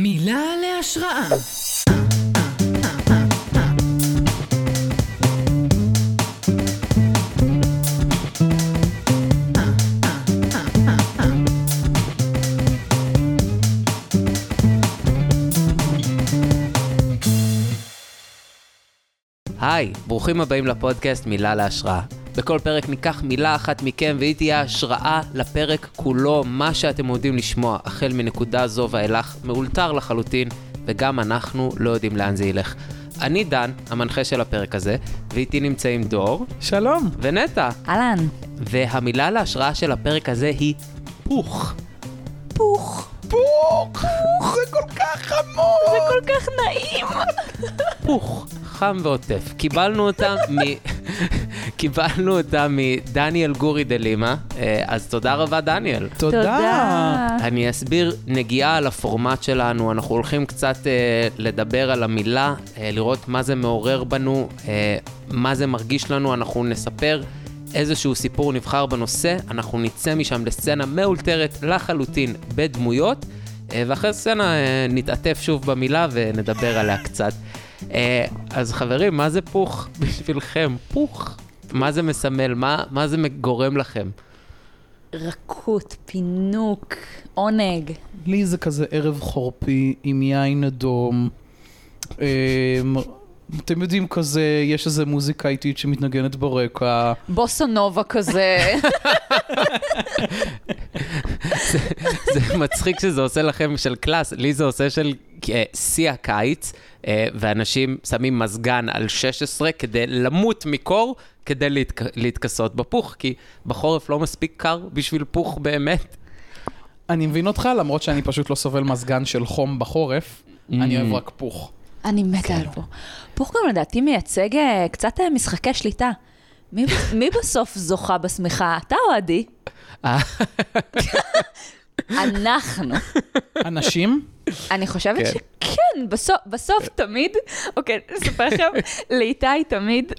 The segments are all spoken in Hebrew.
מילה להשראה. היי, ברוכים הבאים לפודקאסט מילה להשראה. בכל פרק ניקח מילה אחת מכם והיא תהיה השראה לפרק כולו, מה שאתם יודעים לשמוע החל מנקודה זו ואילך מאולתר לחלוטין, וגם אנחנו לא יודעים לאן זה ילך. אני דן, המנחה של הפרק הזה, ואיתי נמצאים דור שלום. ונטע, אהלן. והמילה להשראה של הפרק הזה היא פוך. פוך. בוק, זה כל כך חמור. כל כך נעים. פוך, חם ועוטף. קיבלנו אותה מ... קיבלנו אותה מדניאל גורי דה לימה, אה, אז תודה רבה דניאל. תודה. אני אסביר נגיעה על הפורמט שלנו, אנחנו הולכים קצת אה, לדבר על המילה, אה, לראות מה זה מעורר בנו, אה, מה זה מרגיש לנו, אנחנו נספר איזשהו סיפור נבחר בנושא, אנחנו נצא משם לסצנה מאולתרת לחלוטין בדמויות, אה, ואחרי סצנה אה, נתעטף שוב במילה ונדבר עליה קצת. אה, אז חברים, מה זה פוך בשבילכם? פוך. מה זה מסמל? מה, מה זה גורם לכם? רכות, פינוק, עונג. לי זה כזה ערב חורפי עם יין אדום. אמ, אתם יודעים, כזה, יש איזה מוזיקה איטית שמתנגנת ברקע. בוסונובה כזה. זה מצחיק שזה עושה לכם של קלאס, לי זה עושה של אה, שיא הקיץ, אה, ואנשים שמים מזגן על 16 כדי למות מקור, כדי להתק... להתכסות בפוך, כי בחורף לא מספיק קר בשביל פוך באמת. אני מבין אותך, למרות שאני פשוט לא סובל מזגן של חום בחורף, אני אוהב רק פוך. אני מתה על פוך. פוך גם לדעתי מייצג אה, קצת אה, משחקי שליטה. מי, מי בסוף זוכה בשמיכה? אתה או עדי? אה. אנחנו. אנשים? אני חושבת כן. שכן, בסוף, בסוף תמיד, אוקיי, אני אספר לכם, לאיתי תמיד,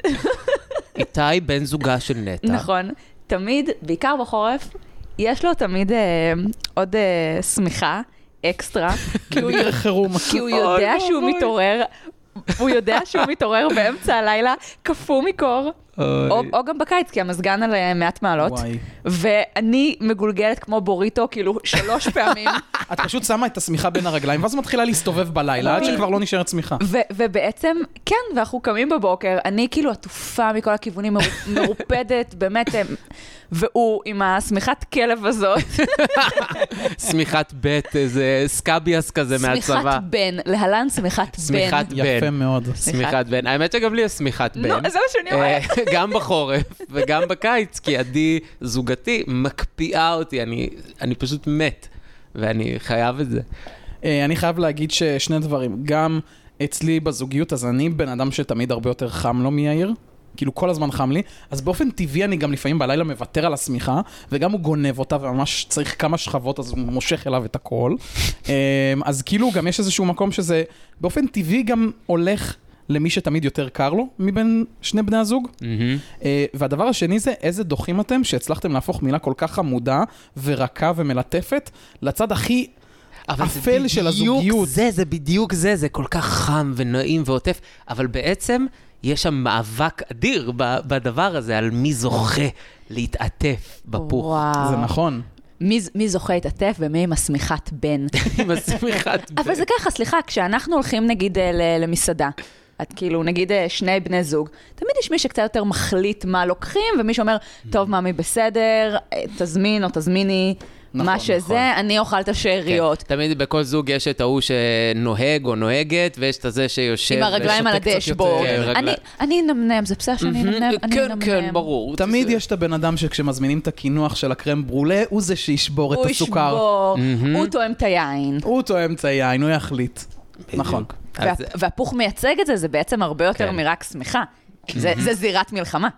איתי בן זוגה של נטע. נכון, תמיד, בעיקר בחורף, יש לו תמיד אה, עוד אה, שמיכה אקסטרה, כי הוא במקרה חירום. כי הוא אוי, יודע שהוא אוי. מתעורר, הוא יודע שהוא מתעורר באמצע הלילה, קפוא מקור, או או גם בקיץ, כי המזגן על אה, 100 מעלות. וואי. ואני מגולגלת כמו בוריטו, כאילו, שלוש פעמים, את פשוט שמה את השמיכה בין הרגליים, ואז מתחילה להסתובב בלילה, עד שכבר לא נשארת שמיכה. ו- ובעצם, כן, ואנחנו קמים בבוקר, אני כאילו עטופה מכל הכיוונים, מרו- מרופדת, באמת, אה, והוא עם השמיכת כלב הזאת, שמיכת בית, איזה סקביאס כזה מהצבא. שמיכת בן, להלן שמיכת בן. שמיכת יפה בן. מאוד. שמיכת בן. האמת שגם לי יש שמיכת בן. נו, אז זה מה שאני אומרת. אה, גם בחורף וגם בקיץ, כי עדי, זוגתי, מקפיאה אותי, אני, אני פשוט מת, ואני חייב את זה. Mm-hmm. אה, אני חייב להגיד ששני דברים. גם אצלי בזוגיות, אז אני בן אדם שתמיד הרבה יותר חם לו מיאיר. כאילו כל הזמן חם לי, אז באופן טבעי אני גם לפעמים בלילה מוותר על השמיכה, וגם הוא גונב אותה וממש צריך כמה שכבות, אז הוא מושך אליו את הכל. אמ, אז כאילו גם יש איזשהו מקום שזה באופן טבעי גם הולך למי שתמיד יותר קר לו מבין שני בני הזוג. אה, והדבר השני זה, איזה דוחים אתם שהצלחתם להפוך מילה כל כך חמודה ורכה ומלטפת לצד הכי אבל זה אפל של בדיוק הזוגיות. זה, זה בדיוק זה, זה כל כך חם ונעים ועוטף, אבל בעצם יש שם מאבק אדיר ב- בדבר הזה, על מי זוכה להתעטף בפוך. וואו. זה נכון. מי, ז- מי זוכה התעטף ומי עם השמיכת בן. עם השמיכת בן. אבל זה ככה, סליחה, כשאנחנו הולכים נגיד אה, ל- למסעדה, את כאילו, נגיד אה, שני בני זוג, תמיד יש מי שקצת יותר מחליט מה לוקחים, ומי שאומר, Mm. טוב, מאמי, בסדר, אה, תזמין או תזמיני נכון, מה שזה, נכון. אני אוכל את השאריות. כן. תמיד בכל זוג יש את ההוא שנוהג או נוהגת, ויש את הזה שיושב עם הרגליים על ושותה כן. קצת הדשבורד. יותר. כן, אני- רגליים. אני נמנם, זה בסדר שאני נמנם, אני כן, נמנם. כן, ברור. תמיד זה- יש את הבן אדם שכשמזמינים את הקינוח של הקרם ברולה, הוא זה שישבור את הוא הסוכר. ישבור, הוא תואם את היין. הוא תואם את היין, הוא יחליט. נכון. אז- וה- והפוך מייצג את זה, זה בעצם הרבה יותר כן. מרק שמיכה. זה זה זירת מלחמה.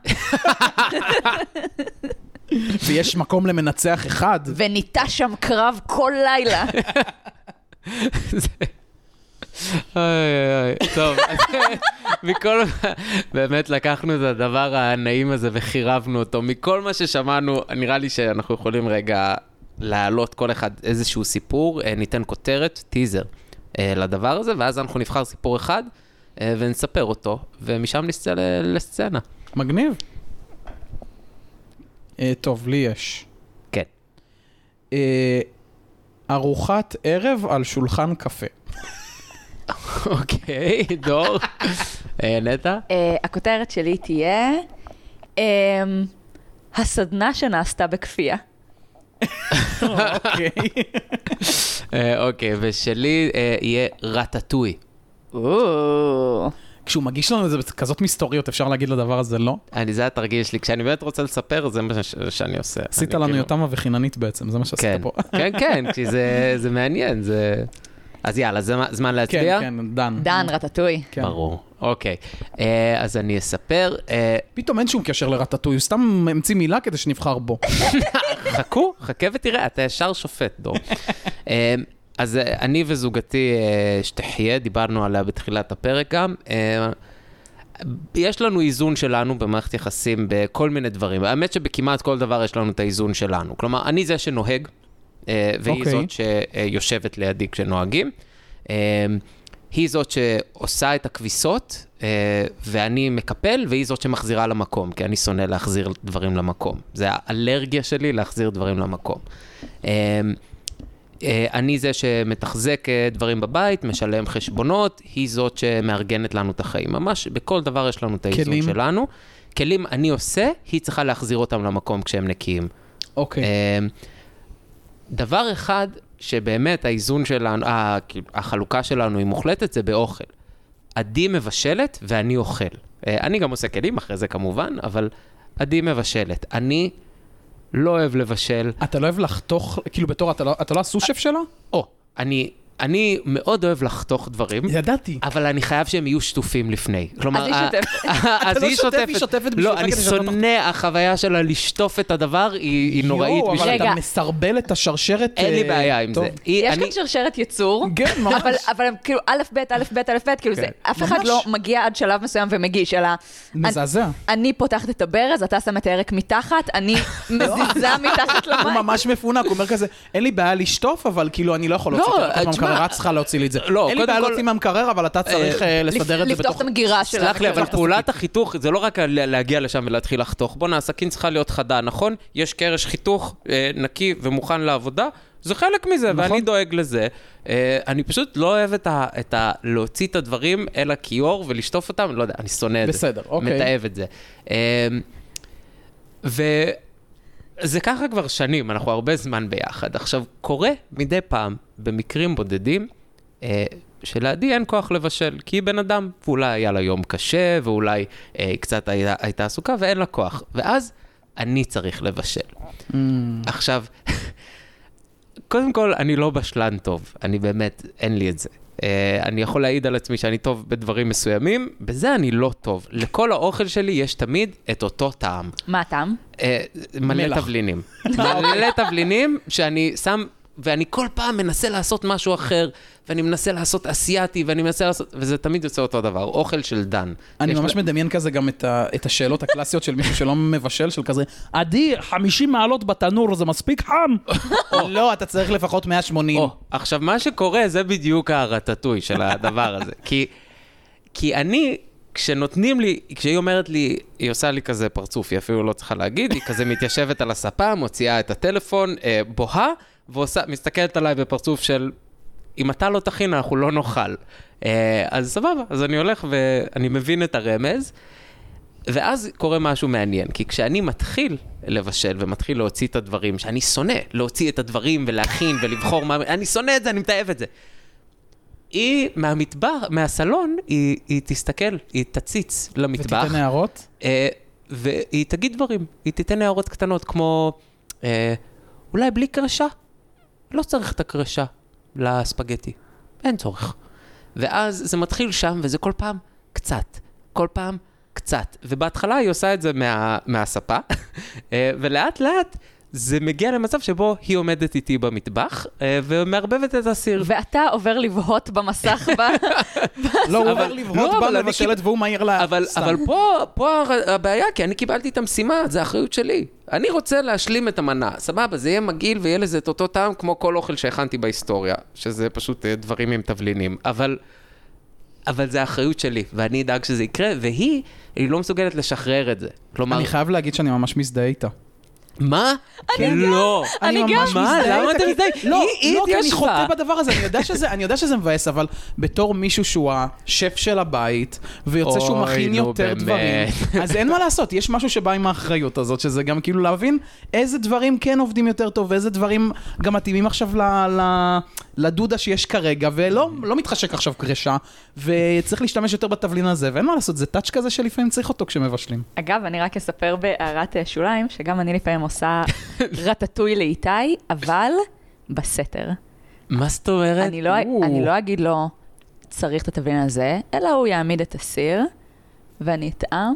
ויש מקום למנצח אחד. וניטע שם קרב כל לילה. אוי אוי אוי, טוב, אז מכל, באמת לקחנו את הדבר הנעים הזה וחירבנו אותו. מכל מה ששמענו, נראה לי שאנחנו יכולים רגע להעלות כל אחד איזשהו סיפור, אה, ניתן כותרת, טיזר. אה, לדבר הזה, ואז אנחנו נבחר סיפור אחד אה, ונספר אותו, ומשם נצא ל- לסצנה. מגניב. אה, טוב, לי יש. כן. אה, ארוחת ערב על שולחן קפה. אוקיי, דור. אה, נטע? אה, הכותרת שלי תהיה, אמ, הסדנה שנעשתה בכפייה. אוקיי. אה, אוקיי, ושלי אה, יהיה רטטוי. או, כשהוא מגיש לנו את זה בכזאת מסתוריות, אפשר להגיד לדבר הזה לא? אני, זה התרגיל שלי, כשאני באמת רוצה לספר, זה מה ש- שאני עושה. עשית אני לנו כאילו- יותמה וחיננית בעצם, זה מה כן, שעשית פה. כן, כן, כי זה, זה מעניין, זה... אז יאללה, זה מה- זמן להצביע? כן, כן, דן. דן רטטוי. כן. ברור. אוקיי. אה, אז אני אספר. אה, פתאום אין שום קשר לרטטוי, הוא סתם המציא מילה כדי שנבחר בו. חכו, חכה ותראה, אתה ישר שופט, דור. אה, אז אה, אני וזוגתי אה, שתחיה, דיברנו עליה בתחילת הפרק גם. אה, יש לנו איזון שלנו במערכת יחסים בכל מיני דברים. האמת שבכמעט כל דבר יש לנו את האיזון שלנו. כלומר, אני זה שנוהג, אה, והיא אוקיי. זאת שיושבת לידי כשנוהגים. אה, היא זאת שעושה את הכביסות, אה, ואני מקפל, והיא זאת שמחזירה למקום, כי אני שונא להחזיר דברים למקום. זה האלרגיה שלי להחזיר דברים למקום. אה, אה, אני זה שמתחזק אה, דברים בבית, משלם חשבונות, היא זאת שמארגנת לנו את החיים. ממש בכל דבר יש לנו את האיזון כלים? שלנו. כלים אני עושה, היא צריכה להחזיר אותם למקום כשהם נקיים. אוקיי. אה, דבר אחד שבאמת האיזון שלנו, ה- כאילו, החלוקה שלנו היא מוחלטת, זה באוכל. עדי מבשלת ואני אוכל. אה, אני גם עושה כלים אחרי זה כמובן, אבל עדי מבשלת. אני לא אוהב לבשל. אתה לא אוהב לחתוך, כאילו בתור, אתה לא- אתה לא הסושף שלה? או, אני, אני מאוד אוהב לחתוך דברים. ידעתי. אבל אני חייב שהם יהיו שטופים לפני. כלומר, אז היא ה- שוטפת. אז אתה לא היא שוטף, שוטפת. היא שוטפת בשבילך לא, אני כדי שאתה תחתוך. שונא, החוויה שלה לשטוף את הדבר היא היא נוראית יואו, אבל בשבילי. אתה רגע. מסרבל את השרשרת. אין לי אה, בעיה עם טוב. זה. היא- יש אני- כאן שרשרת ייצור. כן, ממש. אבל, אבל הם כאילו א', ב', א', ב', א', ב', כאילו זה, כן. אף אחד ממש. לא מגיע עד שלב מסוים ומגיש, אלא... מזעזע. אני, אני פותחת את הברז, אתה שם את הירק מתחת, אני מזיזה מתחת הוא למים. ממש מפונק, הוא אומר כזה, אין לי בעיה לשטוף, אבל כאילו אני לא יכול להוציא לא, את זה תשמע, מהמקרר, את צריכה להוציא לי את זה. לא, אין לי קודם בעיה כל- להוציא מהמקרר, אבל אתה צריך אה, לסדר את זה לפתוח בתוך... את המגירה שלה. סלח לי, אבל וכאלה. פעולת החיתוך זה לא רק לה- להגיע לשם ולהתחיל לחתוך. בואנה, הסכין צריכה להיות חדה, נכון? יש קרש חיתוך אה, נקי ומוכן לעבודה, זה חלק מזה, נכון. ואני דואג לזה. אה, אני פשוט לא אוהב את ה- את ה... להוציא את הדברים אל הכיור ולשטוף אותם, לא יודע, אני שונא את זה. בסדר, אוקיי. מתעב את זה. אמ, וזה ככה כבר שנים, אנחנו הרבה זמן ביחד. עכשיו, קורה מדי פעם, במקרים בודדים, אה, שלעדי אין כוח לבשל, כי היא בן אדם, ואולי היה לה יום קשה, ואולי אה, היא קצת הייתה, הייתה עסוקה, ואין לה כוח. ואז אני צריך לבשל. Mm. עכשיו, קודם כל, אני לא בשלן טוב, אני באמת, אין לי את זה. Uh, אני יכול להעיד על עצמי שאני טוב בדברים מסוימים, בזה אני לא טוב. לכל האוכל שלי יש תמיד את אותו טעם. מה הטעם? אה, מלא מלח. אוקיי. תבלינים. מלא תבלינים שאני שם, ואני כל פעם מנסה לעשות משהו אחר, ואני מנסה לעשות אסיאתי, ואני מנסה לעשות, וזה תמיד יוצא אותו דבר, אוכל של דן. אני יש ממש לה- מדמיין כזה גם את ה- את השאלות הקלאסיות של מישהו שלא מבשל, של כזה, עדי, 50 מעלות בתנור, זה מספיק חם? לא, אתה צריך לפחות 180. או, עכשיו, מה שקורה זה בדיוק הרטטוי של הדבר הזה. כי, כי אני, כשנותנים לי, כשהיא אומרת לי, היא עושה לי כזה פרצוף, היא אפילו לא צריכה להגיד, היא כזה מתיישבת על הספה, מוציאה את הטלפון, אה, בוהה, ועושה, מסתכלת עליי בפרצוף של, אם אתה לא תכין, אנחנו לא נאכל. אה, אז סבבה, אז אני הולך ואני מבין את הרמז. ואז קורה משהו מעניין, כי כשאני מתחיל לבשל ומתחיל להוציא את הדברים שאני שונא, להוציא את הדברים ולהכין ולבחור מה... אני שונא את זה, אני מתעב את זה. היא מהמטבח, מהסלון, היא, היא תסתכל, היא תציץ למטבח. ותיתן הערות? אה, והיא תגיד דברים, היא תיתן הערות קטנות כמו, אה, אולי בלי קרשה? לא צריך את הקרשה לספגטי, אין צורך. ואז זה מתחיל שם, וזה כל פעם קצת, כל פעם קצת. ובהתחלה היא עושה את זה מה, מהספה, אה, ולאט לאט זה מגיע למצב שבו היא עומדת איתי במטבח, אה, ומערבבת את הסיר. ואתה עובר לבהות במסך ב... לא, אבל- הוא עובר לבהות לא, אבל בה אני מבשלת והוא מעיר לה אבל, אה, סתם. אבל פה, פה הר- הבעיה, כי אני קיבלתי את המשימה, זה אחריות שלי. אני רוצה להשלים את המנה, סבבה, זה יהיה מגעיל ויהיה לזה את אותו טעם כמו כל אוכל שהכנתי בהיסטוריה, שזה פשוט אה, דברים עם תבלינים, אבל... אבל זה האחריות שלי, ואני אדאג שזה יקרה, והיא, היא לא מסוגלת לשחרר את זה. כלומר, אני חייב להגיד שאני ממש מזדהה איתה. מה? אני לא. אני גם. ממש מה? מזדהה למה איתה, אתה כי- מזדהה? לא, היא- היא לא, כי אני התיישבה. חוטא בדבר הזה, אני יודע שזה- אני יודע שזה מבאס, אבל בתור מישהו שהוא השף של הבית, ויוצא שהוא אוי, מכין נו, יותר באמת. דברים, אז אין מה לעשות, יש משהו שבא עם האחריות הזאת, שזה גם כאילו להבין איזה דברים כן עובדים יותר טוב, ואיזה דברים גם מתאימים עכשיו ל- ל- לדודה שיש כרגע, ולא לא מתחשק עכשיו קרשה, וצריך להשתמש יותר בתבלין הזה, ואין מה לעשות, זה טאץ' כזה שלפעמים צריך אותו כשמבשלים. אגב, אני רק אספר בהערת אה, שוליים, שגם אני לפעמים עושה רטטוי לאיתי, אבל בסתר. מה זאת אומרת? אני לא, או. אני לא אגיד לו, צריך את התבלין הזה, אלא הוא יעמיד את הסיר, ואני אטעם,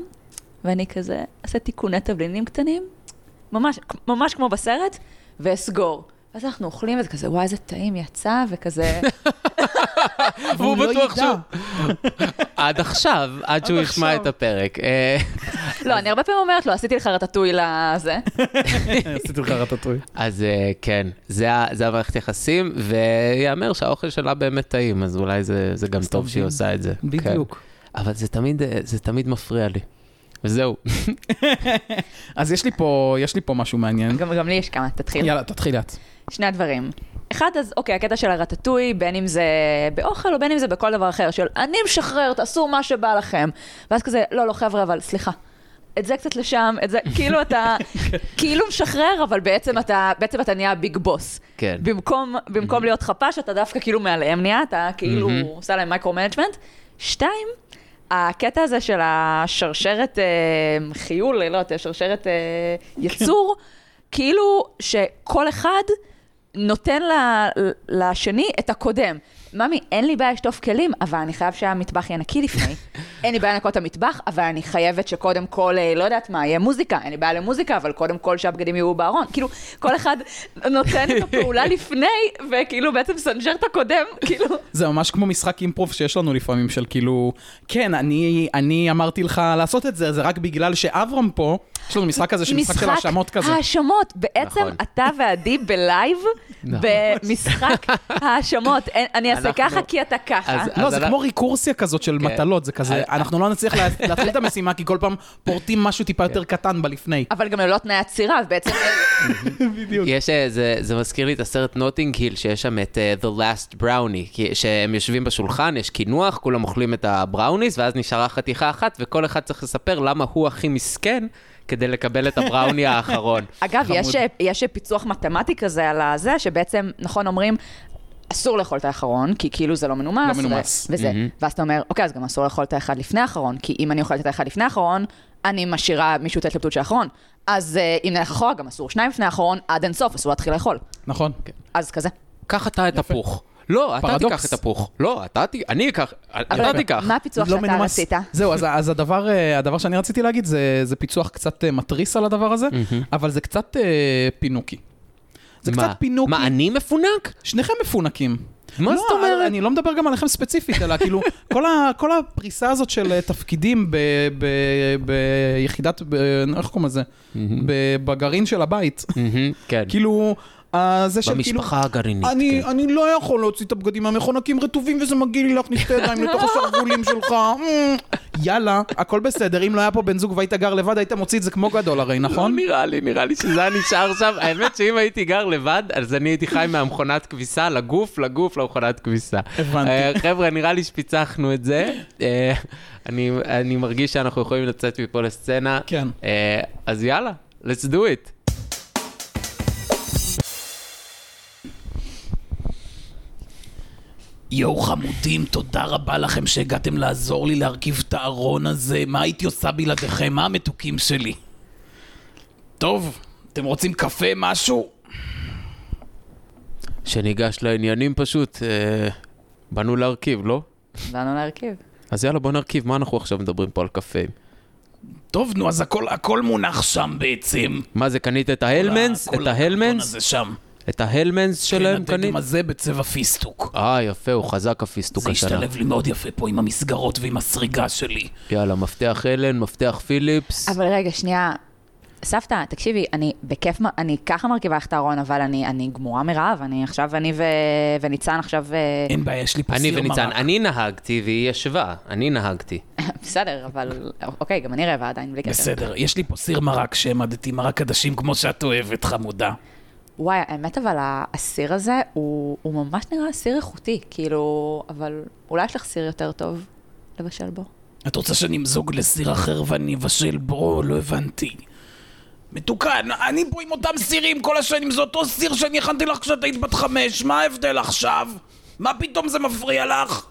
ואני כזה אעשה תיקוני תבלינים קטנים, ממש, ממש כמו בסרט, ואסגור. ואז אנחנו אוכלים וזה כזה, וואי, איזה טעים יצא, וכזה, והוא אבל בטוח לא ידע. עד עכשיו, עד שהוא ישמע עכשיו. את הפרק. אה, לא, אני הרבה פעמים אומרת לו, עשיתי לך רטטוי לזה. עשיתי לך רטטוי. אז אה, כן, זה ה- זה המערכת יחסים, וייאמר שהאוכל שלה באמת טעים, אז אולי זה זה גם טוב שהיא עושה את זה. כן. בדיוק. אבל זה תמיד, אה, זה תמיד מפריע לי. וזהו. אז יש לי פה, יש לי פה משהו מעניין. גם, גם לי יש כמה, תתחיל. יאללה, תתחילי את. שני הדברים. אחד, אז אוקיי, הקטע של הרטטוי, בין אם זה באוכל או בין אם זה בכל דבר אחר, של אני משחרר, תעשו מה שבא לכם. ואז כזה, לא, לא, חבר'ה, אבל סליחה. את זה קצת לשם, את זה, כאילו אתה, כאילו משחרר, אבל בעצם אתה, בעצם אתה נהיה ביג בוס. כן. במקום, במקום להיות חפ"ש, אתה דווקא כאילו מעליהם נהיה, אתה כאילו מהמם. עושה להם מייקרו-מנג'מנט. שתיים, הקטע הזה של השרשרת אה, חיול, לא יודעת, שרשרת אה, יצור, כאילו שכל אחד נותן ל, לשני את הקודם. ממי, אין לי בעיה לשטוף כלים, אבל אני חייב שהמטבח יהיה נקי לפני. אין לי בעיה לנקות את המטבח, אבל אני חייבת שקודם כל, אה, לא יודעת מה, יהיה מוזיקה. אין לי בעיה למוזיקה, אבל קודם כל שהבגדים יהיו בארון. כאילו, כל אחד נותן את הפעולה לפני, וכאילו בעצם סנג'ר את הקודם, כאילו... זה ממש כמו משחק אימפרוב שיש לנו לפעמים, של כאילו, כן, אני, אני אמרתי לך לעשות את זה, זה רק בגלל שאברהם פה, יש לנו משחק כזה, שמשחק של האשמות כזה. האשמות. בעצם נכון. אתה ועדי בלייב, נכון. במשחק האשמות. אין- אני אעשה אנחנו- ככה כי אתה ככה. אז- לא, זה אנחנו- כמו ריקורסיה כזאת של כן. מטלות, זה כזה, אה, אנחנו לא נצליח לה- להתחיל את המשימה, כי כל פעם פורטים משהו טיפה כן. יותר קטן בלפני. אבל גם ללא תנאי עצירה, ובעצם... בדיוק. יש, אה, זה, זה מזכיר לי את הסרט נוטינג היל, שיש שם את אה, The Last Brownie, כי- שהם יושבים בשולחן, יש קינוח, כולם אוכלים את הבראוניס, ואז נשארה חתיכה אחת, וכל אחד צריך לספר למה הוא הכי מסכן כדי לקבל את הבראוני האחרון. אגב, יש- יש פיצוח מתמטי כזה על הזה, שבעצם, נכון, אומרים... אסור לאכול את האחרון, כי כאילו זה לא מנומס. לא מנומס. ו- וזה. מהמם. ואז אתה אומר, אוקיי, אז גם אסור לאכול את האחד לפני האחרון, כי אם אני אוכלת את האחד לפני האחרון, אני משאירה מישהו את ההתלבטות של האחרון. אז אה, אם נלך אחורה, גם אסור שניים לפני האחרון, עד אין סוף, אסור להתחיל לאכול. נכון. אז כזה. קח אתה את הפוך. לא, אתה פרדוקס. תיקח את הפוך. לא, אתה תיקח, אני אקח, אתה אבל תיקח. מה הפיצוח לא שאתה מנומס. רצית? זהו, אז, אז הדבר, אה, הדבר שאני רציתי להגיד זה, זה פיצוח קצת אה, מתריס על הדבר הזה, אבל זה קצת אה, פינוקי. זה מה? קצת פינוקי. מה, אני מפונק? שניכם מפונקים. מה לא, זאת אומרת? אני לא מדבר גם עליכם ספציפית, אלא כאילו, כל, ה, כל הפריסה הזאת של אה, תפקידים ב, ב, ביחידת, ב, אה, איך קוראים לזה? ב, בגרעין של הבית. מהמם, כן. כאילו, אה, זה של כאילו... במשפחה הגרעינית. אני, כן. אני לא יכול להוציא את הבגדים מהמחונקים רטובים וזה מגעיל לי להכניס את הידיים לתוך השרוולים שלך. Mm. יאללה, הכל בסדר, אם לא היה פה בן זוג והיית גר לבד, היית מוציא את זה כמו גדול הרי, נכון? לא נראה לי, נראה לי שזה היה נשאר שם. האמת שאם הייתי גר לבד, אז אני הייתי חי מהמכונת כביסה לגוף, לגוף, למכונת כביסה. הבנתי. אה, חבר'ה, נראה לי שפיצחנו את זה. אה, אני אני מרגיש שאנחנו יכולים לצאת מפה לסצנה. כן. אה, אז יאללה, let's do it. יואו חמודים, תודה רבה לכם שהגעתם לעזור לי להרכיב את הארון הזה. מה הייתי עושה בלעדיכם? מה המתוקים שלי? טוב, אתם רוצים קפה, משהו? שניגש לעניינים פשוט, אה, באנו להרכיב, לא? באנו להרכיב. אז יאללה, בוא נרכיב, מה אנחנו עכשיו מדברים פה על קפאים? טוב, נו, אז הכל, הכל מונח שם בעצם. מה זה, קנית את ההלמנס? כל את הארון ההלמנס? הזה שם. את ההלמנס שלהם כן, קנית? הדגם הזה בצבע פיסטוק. אה, יפה, הוא חזק הפיסטוק זה השנה. השתלב לי מאוד יפה פה עם המסגרות ועם הסריגה שלי. יאללה, מפתח הלן, מפתח פיליפס. אבל רגע, שנייה. סבתא, תקשיבי, אני בכיף, מ- אני ככה מרכיבה איך את הארון, אבל אני, אני גמורה מרעב, אני עכשיו, אני ו... וניצן עכשיו... אה, אין בעיה, יש לי פה אני סיר וניצן, מרק. אני נהגתי והיא ישבה, אני נהגתי. בסדר, אבל... אוקיי, גם אני רעבה עדיין, בלי קשר. בסדר, יש לי פה סיר מרק שהעמדתי, מרק עדשים כמו שאת אוהבת, חמודה. וואי, האמת, אבל הסיר הזה, הוא, הוא ממש נראה סיר איכותי, כאילו, אבל אולי יש לך סיר יותר טוב לבשל בו. את רוצה שנמזוג לסיר אחר ואני אבשל בו? לא הבנתי. מתוקן, אני פה עם אותם סירים כל השנים, זה אותו סיר שאני הכנתי לך כשאת היית בת חמש, מה ההבדל עכשיו? מה פתאום זה מפריע לך?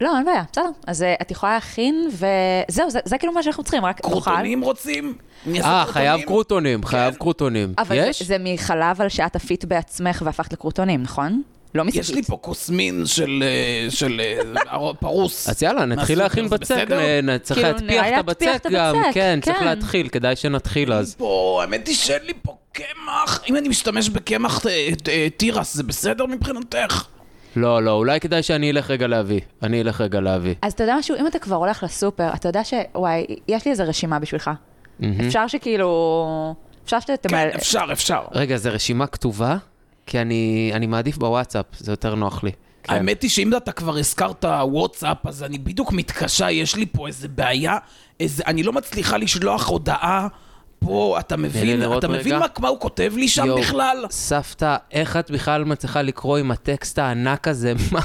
לא, אין בעיה, בסדר. אז אה, את יכולה להכין, וזהו, זה, זה כאילו מה שאנחנו צריכים, רק נאכל. קרוטונים רוצים? אני אעשה אה, חייב קרוטונים, חייב קרוטונים. אבל יש? זה, זה מחלב על שאת עפית בעצמך והפכת לקרוטונים, נכון? לא מספיק. יש לי פה קוסמין של, אה, של אה, הר- פרוס. אז יאללה, נתחיל מהסופר, להכין זה בצק, אה, בסדר? נ- צריך כאילו, להטפיח נראה את להטפיח הבצק את גם, הבצק, כן, צריך כן. להתחיל, כדאי שנתחיל אז. פה, האמת היא שאין לי פה קמח. אם אני משתמש בקמח אה, אה, תירס, זה בסדר מבחינתך? לא, לא, אולי כדאי שאני אלך רגע להביא. אני אלך רגע להביא. אז אתה יודע משהו, אם אתה כבר הולך לסופר, אתה יודע ש... וואי, יש לי איזה רשימה בשבילך. אפשר שכאילו... אפשר שתמל... כן, אפשר, אפשר. רגע, זו רשימה כתובה? כי אני אני מעדיף בוואטסאפ, זה יותר נוח לי. כן. האמת היא שאם אתה כבר הזכרת וואטסאפ, אז אני בדיוק מתקשה, יש לי פה איזה בעיה, איזה, אני לא מצליחה לשלוח הודעה פה, אתה מבין? לראות אתה מבין רגע. מה, מה הוא כותב לי שם יואו, בכלל? לא. סבתא, איך את בכלל מצליחה לקרוא עם הטקסט הענק הזה? מה?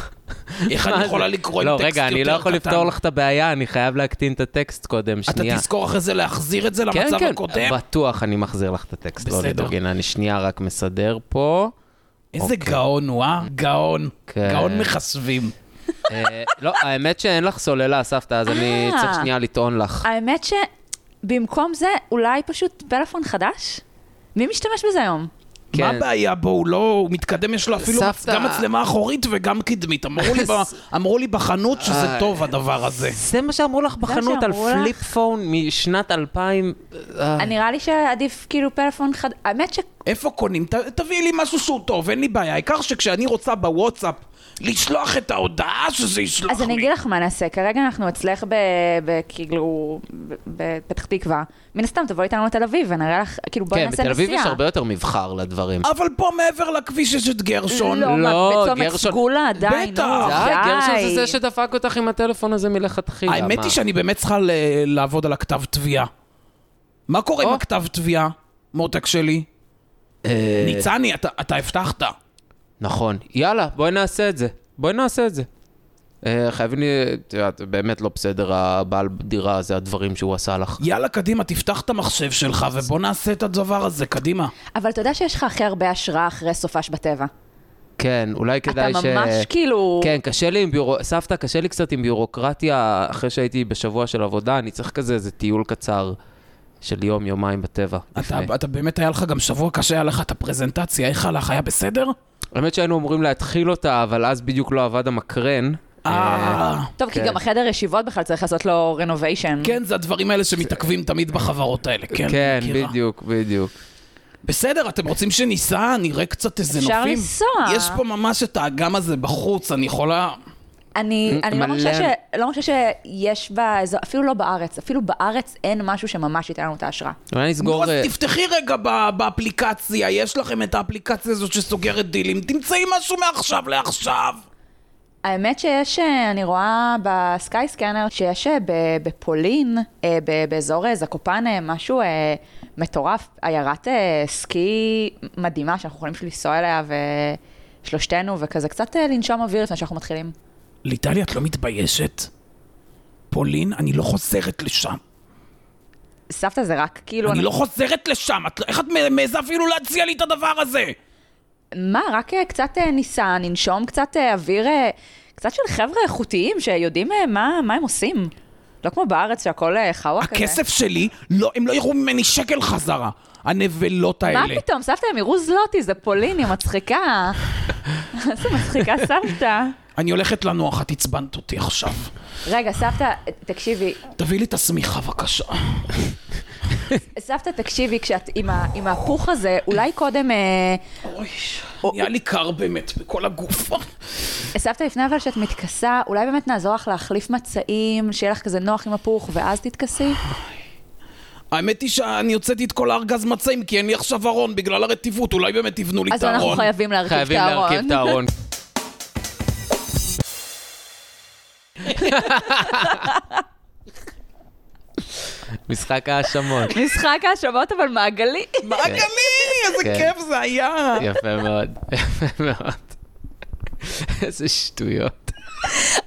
איך מה אני זה? יכולה לקרוא עם לא, טקסט רגע, אני לא יותר יכול קטן? לפתור לך את הבעיה, אני חייב להקטין את הטקסט קודם, אתה שנייה. תזכור אחרי זה להחזיר את זה כן, למצב כן, הקודם? בטוח אני מחזיר לך את הטקסט. לא בסדר. לדאוג, הנה, אני שנייה רק מסדר פה. איזה גאון הוא, אה? גאון. אוקיי. כן. גאון מחשבים. אה, לא, האמת שאין לך סוללה, סבתא, אז אני אה. צריך שנייה לטעון לך. האמת שבמקום זה, אולי פשוט פלאפון חדש? מי משתמש בזה היום? כן. מה הבעיה בו? הוא לא... הוא מתקדם, יש לו אפילו סבתא. גם מצלמה אחורית וגם קדמית. אמרו לי ב- אמרו לי בחנות שזה אה. טוב הדבר הזה. זה מה שאמרו לך בחנות על שאמרו לך? פליפ פון משנת 2000. אה, לא נראה לי שעדיף כאילו פלאפון חדש. האמת ש... איפה קונים? ת, תביאי לי משהו שהוא טוב, אין לי בעיה. העיקר שכשאני רוצה בוואטסאפ לשלוח את ההודעה שזה ישלח אז לי. אני אגיד לך מה נעשה, כרגע אנחנו אצלך ב- ב- כאילו, ב- בפתח תקווה. מן הסתם, תבוא איתנו לתל אביב ונראה לך, כאילו בואי כן, נעשה נסיעה. בתל אביב יש הרבה יותר מבחר לדברים. אבל פה מעבר לכביש יש את גרשון. לא, לא, מה, בצומת גרשון- סגולה עדיין, בטח. נו, די, גרשון די. זה זה שדפק אותך עם הטלפון הזה מלכתחילה. האמת מה? היא שאני באמת צריכה ל- לעבוד על הכתב תביעה. מה קורה עם או. הכתב תביעה, מותק שלי? אה, ניצני, אתה, אתה הבטחת. נכון. יאללה, בואי נעשה את זה. בואי נעשה את זה. אה, חייבים לי... את יודעת, באמת לא בסדר, הבעל דירה הזה, הדברים שהוא עשה לך. יאללה, קדימה, תפתח את המחשב שלך ובוא נעשה את הדבר הזה, קדימה. אבל אתה יודע שיש לך הכי הרבה השראה אחרי סופש בטבע. כן, אולי אתה כדאי ש... ממש כאילו... כן, קשה לי עם ביורו... סבתא, קשה לי קצת עם ביורוקרטיה אחרי שהייתי בשבוע של עבודה, אני צריך כזה איזה טיול קצר של יום, יומיים בטבע. לפני. אתה, אתה באמת, היה לך גם שבוע קשה, היה לך את הפרזנטציה, איך הלך? היה בסדר? האמת שהיינו אמורים להתחיל אותה, אבל אז בדיוק לא עבד המקרן. כן, אה... טוב, כי כן. גם החדר ישיבות בכלל צריך לעשות לו רנוביישן. כן, זה הדברים האלה שמתעכבים תמיד בחברות האלה, כן, כן, מכירה. בדיוק, בדיוק. בסדר, אתם רוצים שניסע, נראה קצת איזה נופים? אפשר לנסוע. יש פה ממש את האגם הזה בחוץ, אני יכולה... אני, אני לא מלא. מרגישה ש- לא מרגישה שיש בה, איזו- אפילו לא בארץ, אפילו בארץ אין משהו שממש ייתן לנו את ההשראה. אולי נו, נסגור... אז אה, תפתחי רגע ב- באפליקציה, יש לכם את האפליקציה הזאת שסוגרת דילים, תמצאי משהו מעכשיו לעכשיו. האמת שיש, אה, אני רואה בסקאי סקנר, שיש אה, ב- בפולין, אה, ב- באזור אה, זקופן, אה, משהו אה, מטורף, עיירת אה, סקי מדהימה שאנחנו יכולים לנסוע אליה ושלושתנו, וכזה קצת אה, לנשום אוויר לפני שאנחנו מתחילים. ליטלי, את לא מתביישת? פולין, אני לא חוזרת לשם. סבתא זה רק כאילו... אני אנחנו- לא חוזרת לשם, את- לא- איך את מעזה אפילו להציע לי את הדבר הזה? מה, רק אה, קצת אה, ניסע, ננשום קצת אה, אוויר, אה, קצת של חבר'ה איכותיים שיודעים אה, מה, מה הם עושים. לא כמו בארץ שהכל אה, חאווה כזה. הכסף שלי, לא, הם לא יראו ממני שקל חזרה. הנבלות האלה. מה פתאום, סבתא, הם יראו זלוטי, זה פולין, היא מצחיקה. איזה מצחיקה סבתא. אני הולכת לנוח, את עצבנת אותי עכשיו. רגע, סבתא, תקשיבי, תביאי לי את השמיכה בבקשה. סבתא, תקשיבי, כשאת עם ה- עם הפוך הזה, אולי קודם, אה, אוי, נהיה לי קר באמת בכל הגוף. סבתא, לפני אבל שאת מתכסה, אולי באמת נעזור לך להחליף מצעים, שיהיה לך כזה נוח עם הפוך, ואז תתכסי? האמת היא שאני הוצאתי את כל הארגז מצעים כי אין לי עכשיו ארון בגלל הרטיבות, אולי באמת תבנו לי את אז אנחנו הארון. חייבים להרכיב את חייבים להרכיב הארון. את הארון. משחק האשמות, משחק האשמות, אבל מעגלי. מעגלי, איזה כן. כיף זה היה. יפה מאוד, יפה מאוד. איזה שטויות.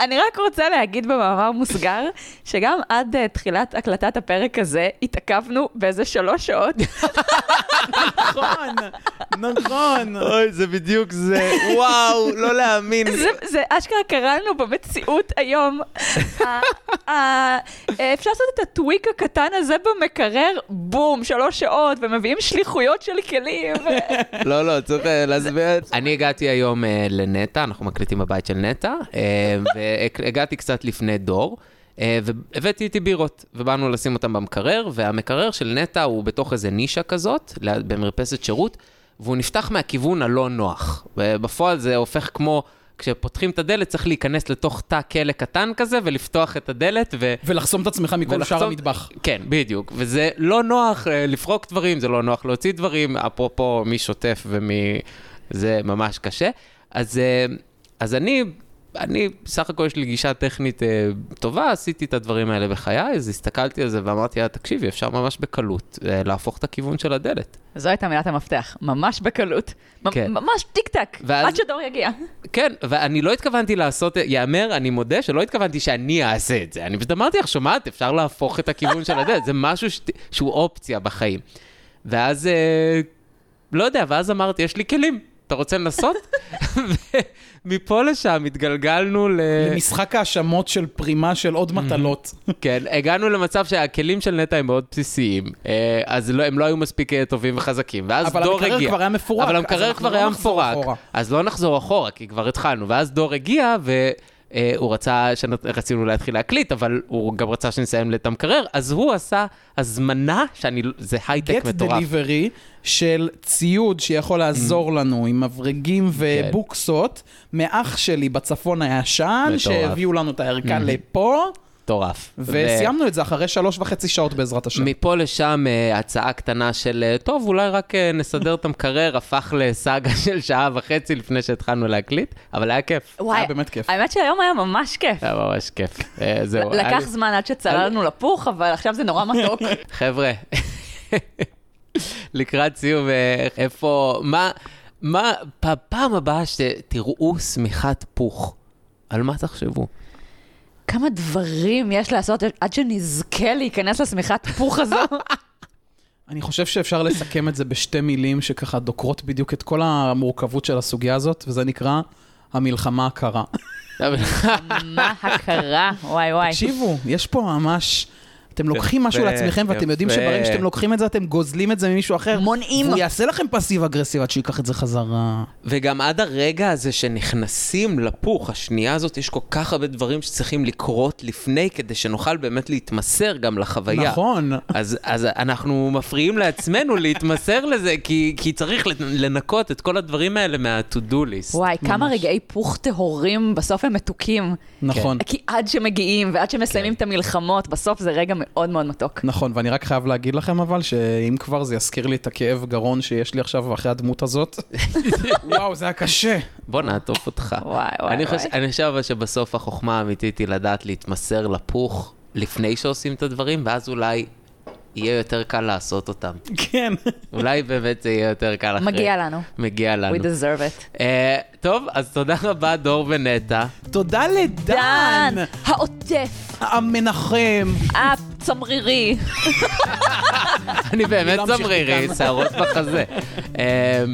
אני רק רוצה להגיד במאמר מוסגר, שגם עד אה, תחילת הקלטת הפרק הזה, התעכבנו באיזה שלוש שעות. נכון, נכון. אוי, זה בדיוק זה. וואו, לא להאמין. זה, זה אשכרה קרה לנו במציאות היום. ה- ה- אה, אפשר לעשות את הטוויק הקטן הזה במקרר, בום, שלוש שעות, ומביאים שליחויות של כלים. לא, לא, צריך אה, להסביר. אני הגעתי היום אה, לנטע, אנחנו מקליטים בבית של נטע, אה, והגעתי קצת לפני דור. אה, והבאתי איתי בירות, ובאנו לשים אותם במקרר, והמקרר של נטע הוא בתוך איזה נישה כזאת, ליד- במרפסת שירות, והוא נפתח מהכיוון הלא נוח. ובפועל זה הופך כמו, כשפותחים את הדלת צריך להיכנס לתוך תא כלא קטן כזה, ולפתוח את הדלת, ו... ולחסום את עצמך מכל שאר ולחצוב- המטבח. כן, בדיוק. וזה לא נוח אה, לפרוק דברים, זה לא נוח להוציא דברים, אפרופו מי שוטף ומי... זה ממש קשה. אז, אה, אז אני, אני, סך הכל יש לי גישה טכנית אה, טובה, עשיתי את הדברים האלה בחיי, אז הסתכלתי על זה ואמרתי, "אה, תקשיבי, אפשר ממש בקלות אה, להפוך את הכיוון של הדלת. זו הייתה מילת המפתח, ממש בקלות. מ- כן. ממש טיק טק, ואז- עד שדור יגיע. כן, ואני לא התכוונתי לעשות, יאמר, אני מודה שלא התכוונתי שאני אעשה את זה. אני פשוט אמרתי לך, שומעת, אפשר להפוך את הכיוון של הדלת, זה משהו ש... שהוא אופציה בחיים. ואז, אה, לא יודע, ואז אמרתי, יש לי כלים, אתה רוצה לנסות? ומפה לשם התגלגלנו ל... למשחק האשמות של פרימה של Mm. עוד מטלות. כן, הגענו למצב שהכלים של נטע הם מאוד בסיסיים, אה, אז לא, הם לא היו מספיק אה, טובים וחזקים, ואז אבל דור הגיע. המקרר כבר היה מפורק, אבל אז המקרר אנחנו כבר לא היה נחזור מפורק, אחורה. אז לא נחזור אחורה, כי כבר התחלנו, ואז דור הגיע, ו... אה, הוא רצה, שנת- רצינו להתחיל להקליט, אבל הוא גם רצה שנסיים את המקרר, אז הוא עשה הזמנה, שאני, לא- זה הייטק גט מטורף. דליברי של ציוד שיכול Mm. לעזור לנו עם מברגים כן. ובוקסות, מאח שלי בצפון הישן, מטורף. Mm-hmm. שהביאו לנו את הערכה לפה, מטורף. וסיימנו את זה אחרי שלוש וחצי שעות בעזרת השם. מפה לשם אה, הצעה קטנה של, אה, טוב, אולי רק אה, נסדר את המקרר, הפך לסאגה של שעה וחצי לפני שהתחלנו להקליט, אבל היה כיף. וואי, אה, באמת כיף. האמת שהיום היה ממש כיף. היה ממש כיף. אה, זהו. היה לקח לי- זמן עד שצללנו לפוך, אבל עכשיו זה נורא מתוק. חבר'ה, לקראת סיום, אה, איפה, מה, מה, בפעם הבאה שתראו שמיכת פוך, על מה תחשבו? כמה דברים יש לעשות עד שנזכה להיכנס לשמיכת פוך הזו. אני חושב שאפשר לסכם את זה בשתי מילים שככה דוקרות בדיוק את כל המורכבות של הסוגיה הזאת, וזה נקרא המלחמה הקרה. מה הקרה, וואי וואי. תקשיבו, יש פה ממש... אתם לוקחים משהו יפה, לעצמכם, ואתם יודעים יפה. שברגע שאתם לוקחים את זה, אתם גוזלים את זה ממישהו אחר. מונעים. והוא יעשה לכם פסיב אגרסיב עד שהוא ייקח את זה חזרה. וגם עד הרגע הזה שנכנסים לפוך, השנייה הזאת, יש כל כך הרבה דברים שצריכים לקרות לפני, כדי שנוכל באמת להתמסר גם לחוויה. נכון. אז, אז אנחנו מפריעים לעצמנו להתמסר לזה, כי, כי צריך לנקות את כל הדברים האלה מה-to-do list. וואי, כמה ממש. רגעי פוך טהורים, בסוף הם מתוקים. נכון. כן. כי עד שמגיעים ועד שמסיימים את המלחמות, בסוף זה רגע מאוד מאוד מתוק. נכון, ואני רק חייב להגיד לכם אבל, שאם כבר זה יזכיר לי את הכאב גרון שיש לי עכשיו אחרי הדמות הזאת. וואו, זה היה קשה. בוא נעטוף אותך. וואי, וואי, אני וואי. חושב, אני חושב אבל שבסוף החוכמה האמיתית היא לדעת להתמסר לפוך לפני שעושים את הדברים, ואז אולי יהיה יותר קל לעשות אותם. כן. אולי באמת זה יהיה יותר קל אחרי. מגיע לנו. מגיע לנו. We deserve it. אה, טוב, אז תודה רבה, דור ונטע. תודה לדן, דן, העוטף, המנחם. הצמרירי. אני באמת אני לא אמשיך צמרירי, מכאן. שערות בחזה. אה,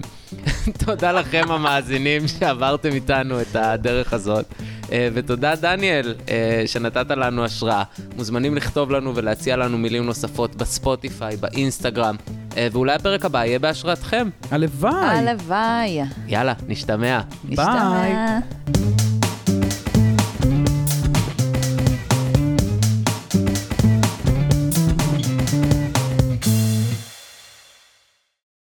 תודה לכם המאזינים שעברתם איתנו את הדרך הזאת. אה, ותודה, דניאל, אה, שנתת לנו השראה. מוזמנים לכתוב לנו ולהציע לנו מילים נוספות בספוטיפיי, באינסטגרם, אה, ואולי הפרק הבא יהיה בהשראתכם. הלוואי. הלוואי. יאללה, נשתמע. ביי. נשתמע.